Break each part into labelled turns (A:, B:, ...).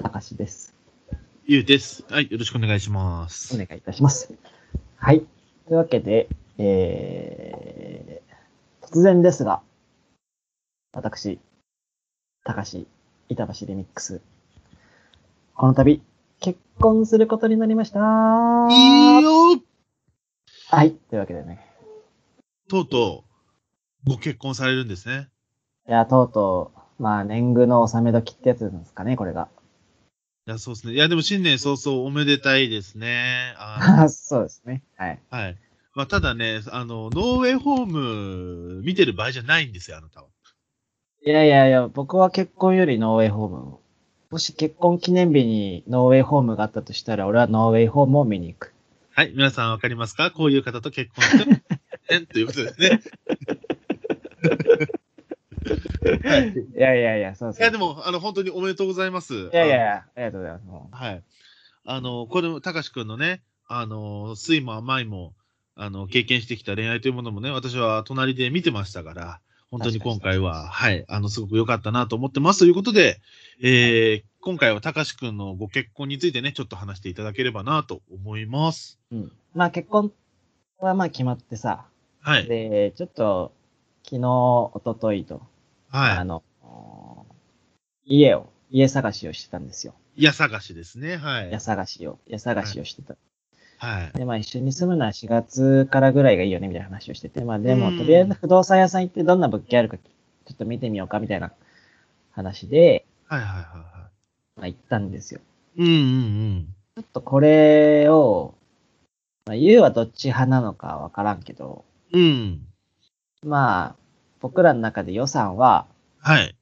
A: 隆です。
B: ゆうです。はい、よろしくお願いしま
A: お
B: す。
A: 願いいたします。はい。というわけで、えー、突然ですが、私、隆、板橋レミックス、この度、結婚することになりました
B: いい
A: は
B: よ
A: い。というわけでね。
B: とうとう、ご結婚されるんですね。
A: いや、とうとう、まあ、年貢の納め時ってやつなんですかね、これが。
B: いや、そうですね。いや、でも新年早々おめでたいですね。あ
A: あ そうですね。はい。
B: のはい。まあ、ただね、あの、ノーウェイホーム見てる場合じゃないんですよ、あなたは。
A: いやいやいや、僕は結婚よりノーウェイホームを。もし結婚記念日にノーウェイホームがあったとしたら、俺はノーウェイホームを見に行く。
B: はい、皆さんわかりますかこういう方と結 婚してもえんということですね。はい、い
A: いやいやいや、そうそう。
B: や、でも、あの、本当におめでとうございます。い
A: いやいやいや、ありがとうございます。も
B: はい。あの、これも、たかしくんのね、あの、酸いも甘いも、あの、経験してきた恋愛というものもね、私は隣で見てましたから、本当に今回は、はい、あの、すごく良かったなと思ってますということで、えー、今回はたかしくんのご結婚についてね、ちょっと話していただければなと思います。
A: ううん。まあ結婚はまあ決まってさ。
B: はい。
A: で、ちょっと、昨日、一昨日と、あ
B: は
A: の、家を、家探しをしてたんですよ。
B: い。家探しですね。はい
A: 家。探しを、家探しをしてた。
B: はい。
A: で、まあ一緒に住むのは4月からぐらいがいいよね、みたいな話をしてて、まあでも、
B: うん
A: とりあえず不動産屋さん行ってどんな物件あるか、ちょっと見てみようか、みたいな話で、
B: はいはいはいは
A: まあ行ったんですよ。
B: い。うんうん
A: ちょっとこれを、まあ、言うはどっち派なのかわからんけど、
B: うん。うん。
A: まあ、僕らの中で予算は、
B: はい。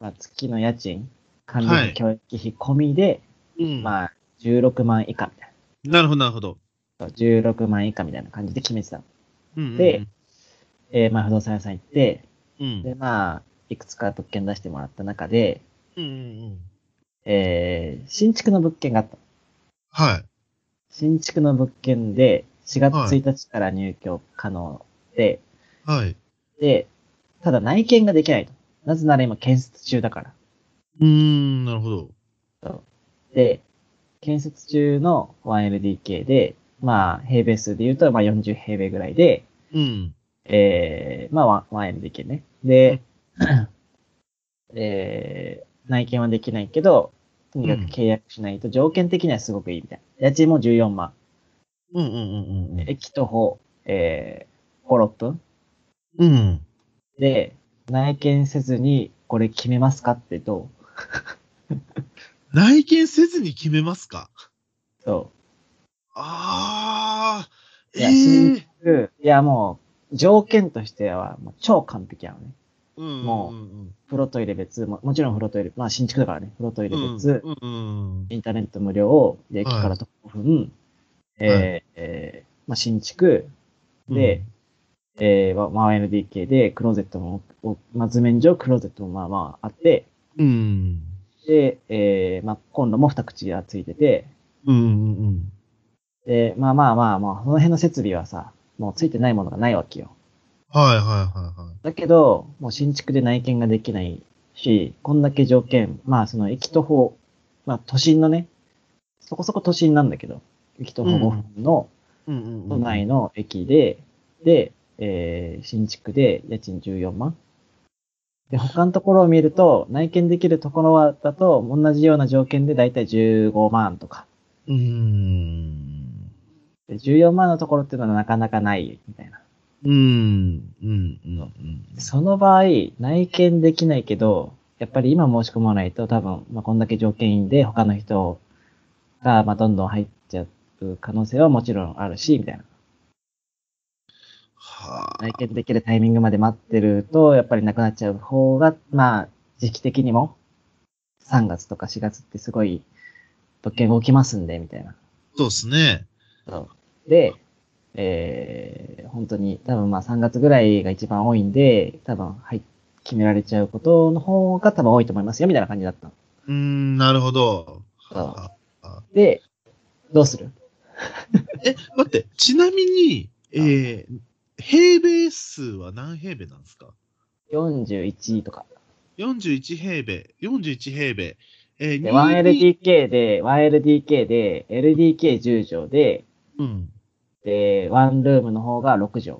A: まあ、月の家賃、管理費、教育費込みで、
B: うん。
A: まあ、16万以下みたい
B: なるほどなるほど。
A: な。16万以下みたいな感じで決めてたの。
B: うんうんうん
A: で、えーまあ、不動産屋さん行って、
B: うん。
A: で、まあ、いくつか物件出してもらった中で、
B: うんうんうん。
A: えー新築の物件があった。
B: はい。
A: 新築の物件で、4月
B: はい
A: 1日から入居可能で、
B: はい。
A: で、ただ内見ができないと。なぜなら今建設中だから。
B: うーん、なるほど。
A: で、建設中の 1LDK で、まあ、平米数で言うと、まあ40平米ぐらいで、
B: うん。
A: えー、まあワン 1LDK ね。で、 えー、内見はできないけど、とにかく契約しないと条件的にはすごくいいみたいな。家賃も14万。
B: うんうんうんうんうん。
A: 駅徒歩、えー、5、6分。
B: うん。
A: で、内見せずに、これ決めますかってどう
B: 内見せずに決めますか
A: そ
B: あー。
A: いや
B: え
A: 信
B: ー
A: う。うんいや、もう、条件としては、もう超完璧なのね。
B: うんうん
A: もう
B: うん
A: 風呂トイレ別も、もちろん風呂トイレ、まあ新築だからね、風呂トイレ
B: うん。
A: 別、
B: うんうん
A: インターネット無料、で、駅
B: はい
A: から徒歩5分、えーえーまあ新築、
B: うん。
A: で、えー、まあ 1LDK で、クローゼットも、おまあ図面上クローゼットもまあまああって、
B: うん。
A: で、えー、まあコンロも二口がついてて、
B: うんうんうん。
A: で、まあまあまあまあ、その辺の設備はさ、もうついてないものがないわけよ。
B: はいはいはいはい。
A: だけど、もう新築で内見ができないし、こんだけ条件、まあその駅徒歩、まあ都心のね、そこそこ都心なんだけど、駅徒歩
B: うん
A: 5分の
B: うんうんうん。
A: 都内の駅で、で、えー新築で家賃14万。で、他のところを見ると、内見できるところはだと、同じような条件でだいたい15万とか。
B: うーん。
A: で14万のところっていうのはなかなかないみたいな。
B: うん。うんうんうん。
A: その場合、内見できないけど、やっぱり今申し込まないと多分、まあ、こんだけ条件いいんで、他の人が、まあ、どんどん入っちゃう可能性はもちろんあるし、みたいな。
B: はあ。
A: 内見できるタイミングまで待ってると、やっぱりなくなっちゃう方が、まあ、時期的にも、3月とか4月ってすごい、物件が起きますんで、みたいな。
B: そうですね。
A: で、えー、本当に、多分まあ3月ぐらいが一番多いんで、多分、はい、決められちゃうことの方が多分多いと思いますよ、みたいな感じだったの。
B: うーん、なるほど。
A: そう
B: あ
A: で、どうする
B: え、待って、ちなみに、えー、平米数は何平米なんですか
A: ?41 とか。
B: ?41 平米、41平米、えー、
A: で、
B: 2D
A: 1LDK で、1LDK で、LDK10 畳で、
B: うん。
A: で、ワンルームの方が6畳。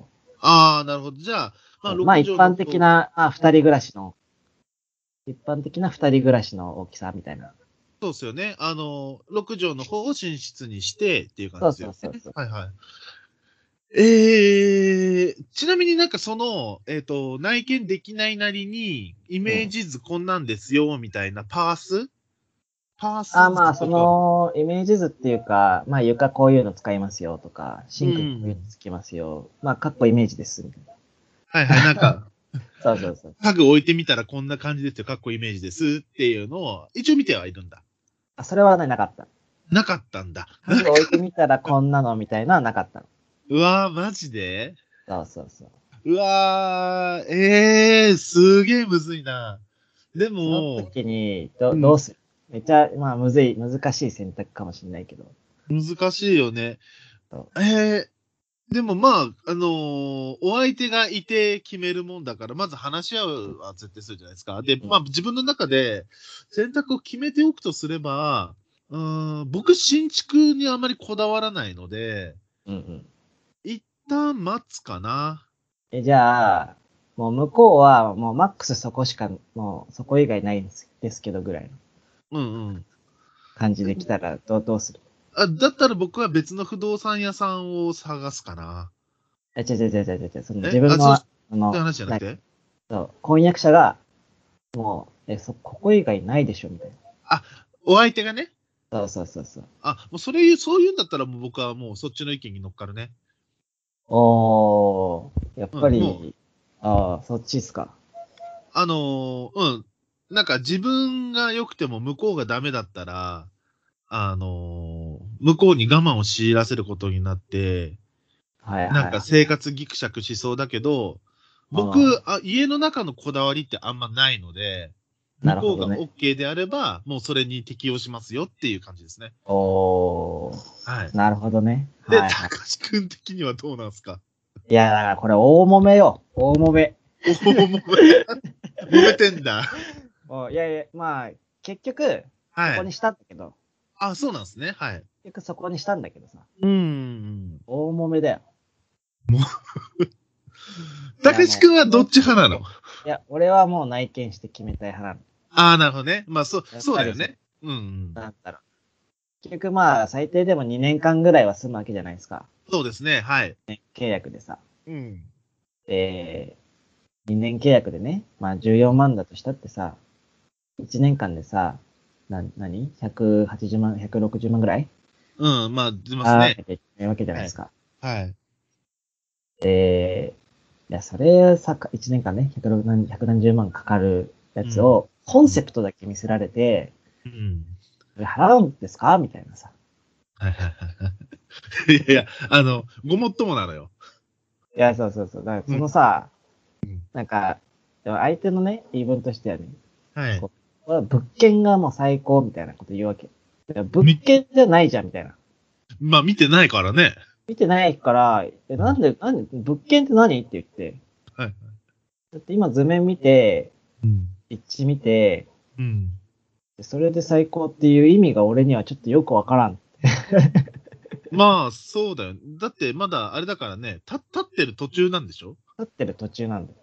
B: ああ、なるほど。じゃあ、まあ、
A: まあ
B: 6
A: 一般的。な、まあ二人暮らしの、一般的な二人暮らしの大きさみたいな。
B: そうですよね。あの、6畳の方を寝室にしてっていう
A: そ
B: 感
A: う
B: じ
A: そう
B: です
A: そ
B: よ
A: う
B: ね。
A: そう。
B: はいはい。えー、ちなみになんかその、えっ、と、内見できないなりに、イメージ図こんなんですよ、みたいな、パースパース
A: あまあ、そ、の、イメージ図っていうか、まあ、床こういうの使いますよとか、シンクにこういうのつきますよ。まあ、かっこイメージです。みたいな
B: はいはい、なんか、
A: そうそうそう。
B: 家具置いてみたらこんな感じですよ、かっこいいイメージですっていうのを、一応見てはいるんだ。
A: あ、それはね、なかった。
B: なかったんだ。
A: 家具置いてみたらこんなのみたいなのはなかったの。
B: うわー、マジで
A: そうそうそう。
B: うわー、えー、すげーむずいな。で
A: その
B: も、
A: 時にど、
B: うん
A: どうする、めっちゃ、まあ、むずい、難しい選択かもしれないけど。
B: 難しいよね
A: そ。
B: えー、でもまあ、あのーお相手がいて決めるもんだから、まず話し合うは絶対するじゃないですか。で、
A: うん
B: まあ自分の中で選択を決めておくとすれば、うーん、僕、新築にあまりこだわらないので、
A: うんうん。
B: 一旦待つかな。
A: え、じゃあ、もう向こうは、もうマックスそこしか、もうそこ以外ないんですですけどぐらいの
B: うんうん。
A: 感じで来たら、どう、どうする
B: あだったら僕は別の不動産屋さんを探すかな。
A: え、違う違う違う違う違う、その
B: え
A: 自分の、
B: あ
A: あの
B: って、話じゃなくて。
A: そう婚約者が、もう、え、そ、ここ以外ないでしょみたい
B: お相手がね。
A: な。そうそうそうそう。
B: あ、もうそれ言う、そういうんだったらもう僕はもうそっちの意見に乗っかるね。
A: おー、やっぱり、
B: うんもう
A: ああ、そっちっすか。
B: あのーうん。なんか自分が良くても向こうがダメだったら、あのー向こうに我慢を強いらせることになって、
A: はいはい。
B: なんか生活ギクシャクしそうだけど、僕
A: あ、
B: あ家の中のこだわりってあんまないので、
A: な
B: 向
A: る
B: こ
A: ほ
B: うが
A: どね。
B: OK であれば、もうそれに適用しますよっていう感じですね。
A: おー、
B: はい。
A: なるほどね。
B: で、
A: はいはい。
B: 高橋くん的にはどうなんですか
A: いや、だからこれ大揉めよ。大揉め。
B: おー揉め、揉めてんだ。
A: おいやいや、まあ、結局、そ
B: は
A: こ
B: い
A: に。したんだけど、
B: あ、そうなんですね。はい。
A: 結局そこにしたんだけどさ、
B: うん。
A: 大揉めだよ。
B: たけしくんはどっち派なの
A: いや、俺はもう内見して決めたい派なの。
B: ああ、なるほどね。まあ、そう、
A: やっぱり
B: そうだよね。うんうん。
A: なんだろう。結局まあ、最低でも2年間ぐらいは住むわけじゃないですか。
B: そうですね。はい。
A: 契約でさ。
B: うん。
A: で、2年契約でね、まあ14万だとしたってさ、1年間でさ、な、なに ?180 万、160万ぐらい
B: うん、まあ、出ます
A: 払わな
B: ね。
A: きゃいけないわけじゃないですか。
B: はい。
A: で、いや、それさ、1年間ね、160何170万かかるやつを、コンセプトだけ見せられて、
B: うん。
A: これ払うんですかみたいなさ。
B: はいはいはい。いやいや、あの、ごもっともなのよ。
A: いや、そうそうそう。だからそのさ、なんか、でも相手のね、言い分としてはね、
B: はい。
A: ここれは物件がもう最高みたいなこと言うわけ。いや物件じゃないじゃん、みたいな。
B: まあ、見てないからね。
A: 見てないから、えなんで、なんで、物件って何って言って。
B: はい。
A: だって今図面見て、
B: うん。
A: 一致見て、
B: うん。
A: それで最高っていう意味が俺にはちょっとよくわからん。
B: まあ、そうだよ。だって、まだ、あれだからね、た立ってる途中なんでしょ
A: 立ってる途中なんだよ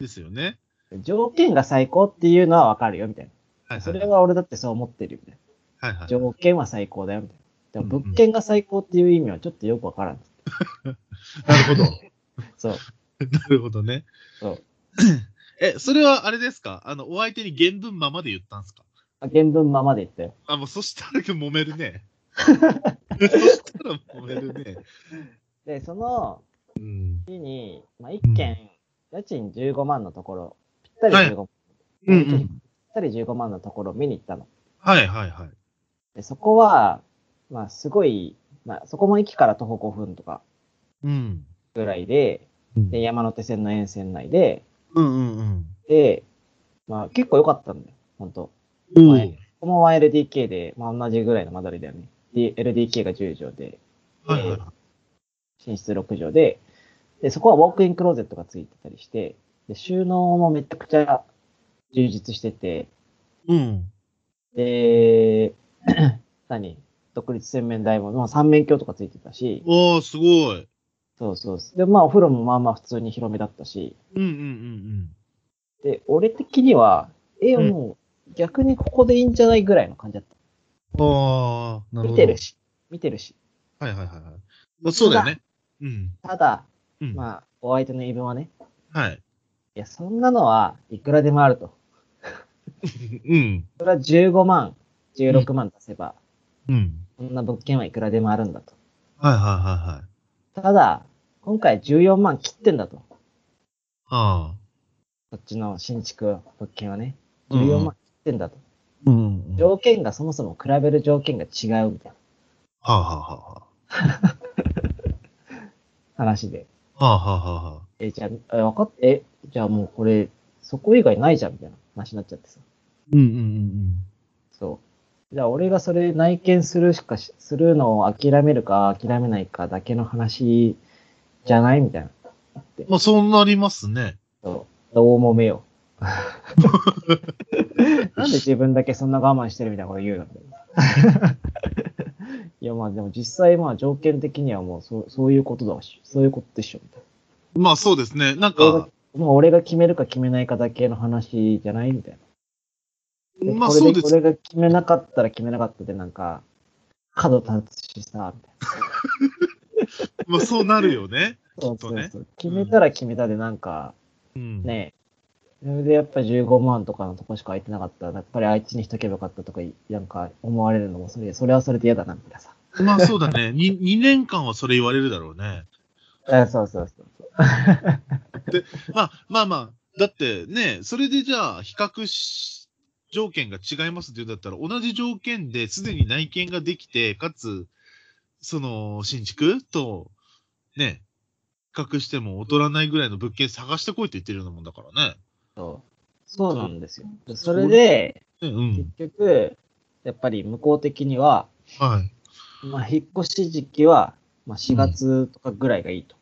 B: ですよね。
A: 条件が最高っていうのはわかるよ、みたい
B: はい、はい。
A: な。それは俺だってそう思ってるよ、みたい
B: はいは
A: な。
B: い。
A: 条件は最高だよ、みたいな。でも
B: うんうん
A: 物件が最高っていう意味はちょっとよくわからん。
B: なるほど。
A: そう、
B: なるほどね。
A: そう。
B: え、それはあれですかあの、お相手に原文ままで言ったんですか
A: あ原文ままで言ったよ。
B: あ、もうそしたら揉めるね。そしたら揉めるね。
A: で、その
B: うん。
A: 日に、まあ、一軒、家賃15万のところ、ぴったり
B: はい
A: 15万、
B: うんう
A: ぴ
B: ん。
A: ったり15万のところを見に行ったの。
B: はいはいはい。
A: で、そこは、まあ、すごい、まあ、そこも駅から徒歩5分とか
B: うん。
A: ぐらいで、
B: うん
A: で、山手線の沿線内で、
B: うんうん
A: で、まあ、結構良かったんだよ、本当
B: うん。
A: はいここも 1LDK で、まあ、同じぐらいの間取りだよね。で LDK が10畳で、
B: はいはいはい。
A: 寝室6畳で、で、そこはウォークインクローゼットがついてたりして、で収納もめちゃくちゃ充実してて、
B: うん。
A: で、 何独立洗面台も、まあ、三面鏡とかついてたし、
B: おー、すごい。
A: そうそうそう。で、まあ、お風呂もまあまあ普通に広めだったし、
B: うんうんうん
A: で、俺的には、え、
B: うん
A: もう、逆にここでいいんじゃないぐらいの感じだっ
B: うん。あー、な
A: た。見
B: るほど。
A: てるし、見てるし。
B: はいはいはいはい。まあ、そうだよね。うん。
A: ただ、
B: うん。
A: まあ、お相手の言い分はね、
B: はい。
A: いや、そんなのはいくらでもあると。
B: うん。
A: それは15万、16万出せば、
B: うん。
A: そんな物件はいくらでもあるんだと。
B: はいはいはいはい。
A: ただ、今回14万切ってんだと。
B: あ
A: こっちの新築物件はね。
B: うんうん
A: 14万切ってんだと。
B: あ。うんうんうん。は
A: 条件がそもそも比べる条件が違うみたいな
B: あはあは
A: 話で。
B: あ。はあはあはあはあ。
A: え、じゃあ、え、わかっえ、じゃあもうこれ、そこ以外ないじゃんみたいな話になっちゃってさ。
B: うんうんうん
A: そう。じゃあ俺がそれ内見するしかし、するのを諦めるか諦めないかだけの話じゃないみたいな。
B: うん。まあ、そうなりますね。
A: そう。どうもめよ。 なんで自分だけそんな我慢してるみたいなこと言うの いや、まあでも実際、まあ条件的にはもうそう、そういうことだし、そういうことでしょ、みたい
B: まあ、そうですね。な
A: な。
B: ん
A: 俺が
B: か、
A: もう俺が決めるか決めないかだけの話じゃないみたいな。
B: まあ、
A: これ
B: そうです。
A: 俺が決めなかったら決めなかったで、なんか、角立つしさ、みたいな。
B: まあ、そうなるよね。
A: そう
B: きっ
A: そ
B: とね
A: うそう。決めたら決めたで、なんか、
B: うん。
A: ねえ。それでやっぱ15万とかのとこしか空いてなかったら、やっぱりあいつにしとけばよかったとか、なんか思われるのも、それ、それはそれで嫌だな、みたいなさ。
B: まあ、そうだね。に2年間はそれ言われるだろうね。
A: あ そうそうそうそう。
B: まあまあまあ、だってね、それでじゃあ、比較し、条件が違いますって言うんだったら、同じ条件ですでに内見ができて、かつ、その、新築と、ね、比較しても劣らないぐらいの物件探してこいって言ってるようなもんだからね。
A: そうそうなんですよ。でそれで、
B: う
A: 結
B: ん。
A: 局、やっぱり向こう的には、
B: はい。
A: まあ、引っ越し時期は、まあ、4月とかぐらいがいいと。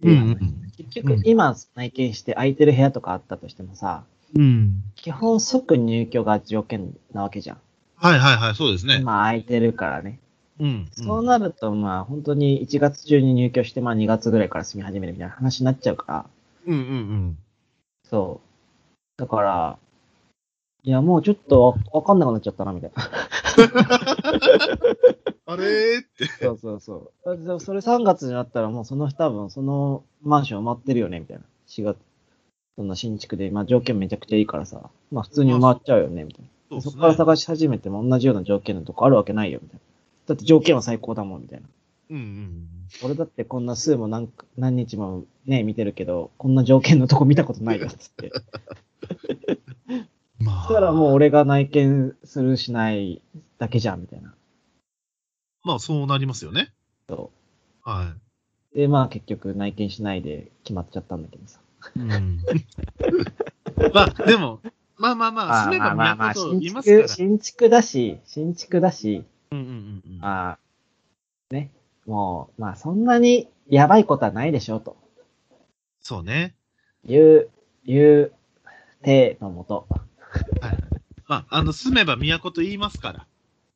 B: うん
A: いう話結
B: う
A: 局
B: ん、
A: 今、内見して空いてる部屋とかあったとしてもさ、
B: うん。うん。
A: 基本即入居が条件なわけじゃん。
B: はいはいはい、そうですね。
A: まあ、空いてるからね。
B: うん。
A: そうなると、まあ、本当に1月中に入居して、まあ、2月ぐらいから住み始めるみたいな話になっちゃうから、
B: うんうんうん。
A: そう。だから、いや、もうちょっとわわかんなくなっちゃったな、みたい な。
B: あれーって。
A: そうそうそう。だってそれ3月になったら、もうその、多分、そのマンション埋まってるよね、みたいな。4月、そんな新築で、まあ、条件めちゃくちゃいいからさ、まあ、普通に埋まっちゃうよね、みたいな。
B: そ
A: そこ
B: うです
A: から
B: ね。
A: 探し始めても同じような条件のとこあるわけないよ、みたいな。だって条件は最高だもん、みたいな。
B: うんうん。
A: 俺だってこんな数も何か何日もね、見てるけど、こんな条件のとこ見たことないよっつ って。だ
B: まあ。
A: からもう俺が内見するしないだけじゃん、みたいな。
B: まあ、そうなりますよね。
A: そ
B: はい。
A: う。で、まあ結局内見しないで決まっちゃったんだけどさ。
B: うん まあ、でも、まあまあまあ、住めば
A: まあまあまあ
B: 都
A: 新
B: います
A: 築、
B: から。
A: 新築だし、新築だし、
B: うんうんうんうん
A: まあ、ね、もう、まあそんなにやばいことはないでしょう、と
B: そうね。
A: いう、いう、手のもと。
B: はい。まあ、あの、住めば都と言いますから。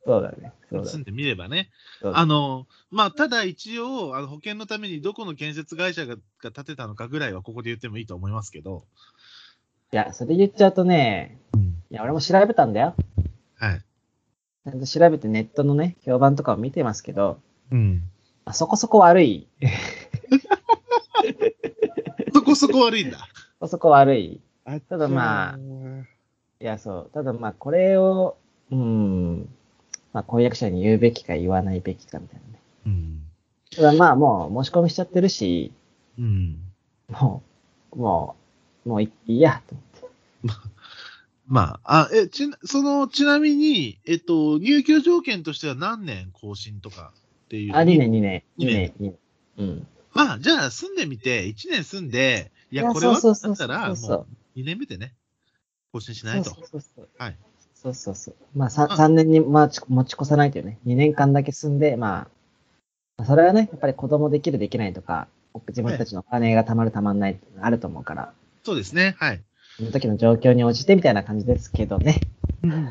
A: そうだね。そうだ
B: 住
A: ね
B: んでみればね。
A: そうだね。
B: あの、まあ、ただ一応、あの保険のためにどこの建設会社がが建てたのかぐらいはここで言ってもいいと思いますけど。
A: いや、それ言っちゃうとね、
B: うん
A: いや、俺も調べたんだよ。
B: はい。
A: ちゃんと調べてネットのね、評判とかを見てますけど、
B: うん。
A: まあそこそこ悪い、
B: そこそこ悪いんだ。
A: そこそこ悪い。
B: た
A: だまあいや、そう。ただまあ、これを、うーん、まあ、婚約者に言うべきか言わないべきかみたいなね。
B: うん。
A: ただまあ、もう申し込みしちゃってるし、
B: うん。
A: もう、もう、もういいや、と思って。
B: まあ、あ、え、ちな、その、ちなみに、えっと、入居条件としては何年更新とかっていう。
A: あ、2年、2年、
B: 二
A: 2
B: 年
A: 年、2年。うん。
B: まあ、じゃあ、住んでみて、1年住んで、い
A: い
B: や、
A: や
B: これは、
A: そ
B: だ
A: うそう
B: っ
A: そ
B: た
A: う
B: ら、もう
A: そうそう
B: 2年目でね、更新しな
A: そ
B: いうと。
A: そうそう。
B: はい。
A: そうそうそう。まあ、さ
B: うん
A: 3年にまあち持ち越さないというね、2年間だけ住んで、まあまあ、それはね、やっぱり子供できるできないとか、自分たちのお金が貯まる貯まんないっていうのがあると思うから、
B: そうですね、はい。
A: その時の状況に応じてみたいな感じですけどね。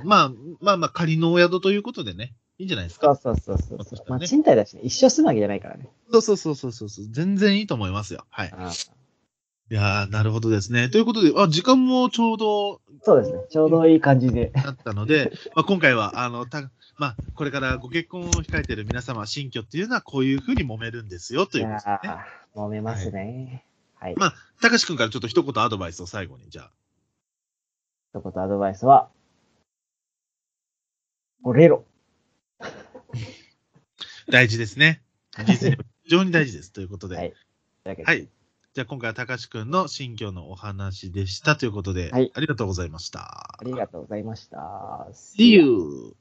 B: まあ、まあまあ仮のお宿ということでね、いいんじゃないです
A: そ
B: か
A: う。そうそうそう
B: まあそ
A: そうう
B: だ。ね
A: まあ、賃貸だしね、一生住むわけじゃないからね。
B: そうそうそうそうそうそう。全然いいと思いますよ。はい。
A: ああ
B: いやー、なるほどですね。ということで、あ、時間もちょうど
A: そうですね。ちょうどいい感じで。
B: なったので、 まあ、今回は、あの、た、まあ、これからご結婚を控えている皆様、新居っていうのはこういうふうに揉めるんですよ、ということですね。
A: ああ、揉めますね。はい。
B: まあ、たかしくんからちょっと一言アドバイスを最後に、じゃあ。
A: 一言アドバイスは、折れろ。
B: 大事です ね。 実に非常に大事です。ということで。
A: は
B: はいい。
A: だけど
B: じゃあ今回はたかしくんの新居のお話でしたということで、
A: はい
B: ありがとうございました
A: あ。りがとうございました。
B: See you!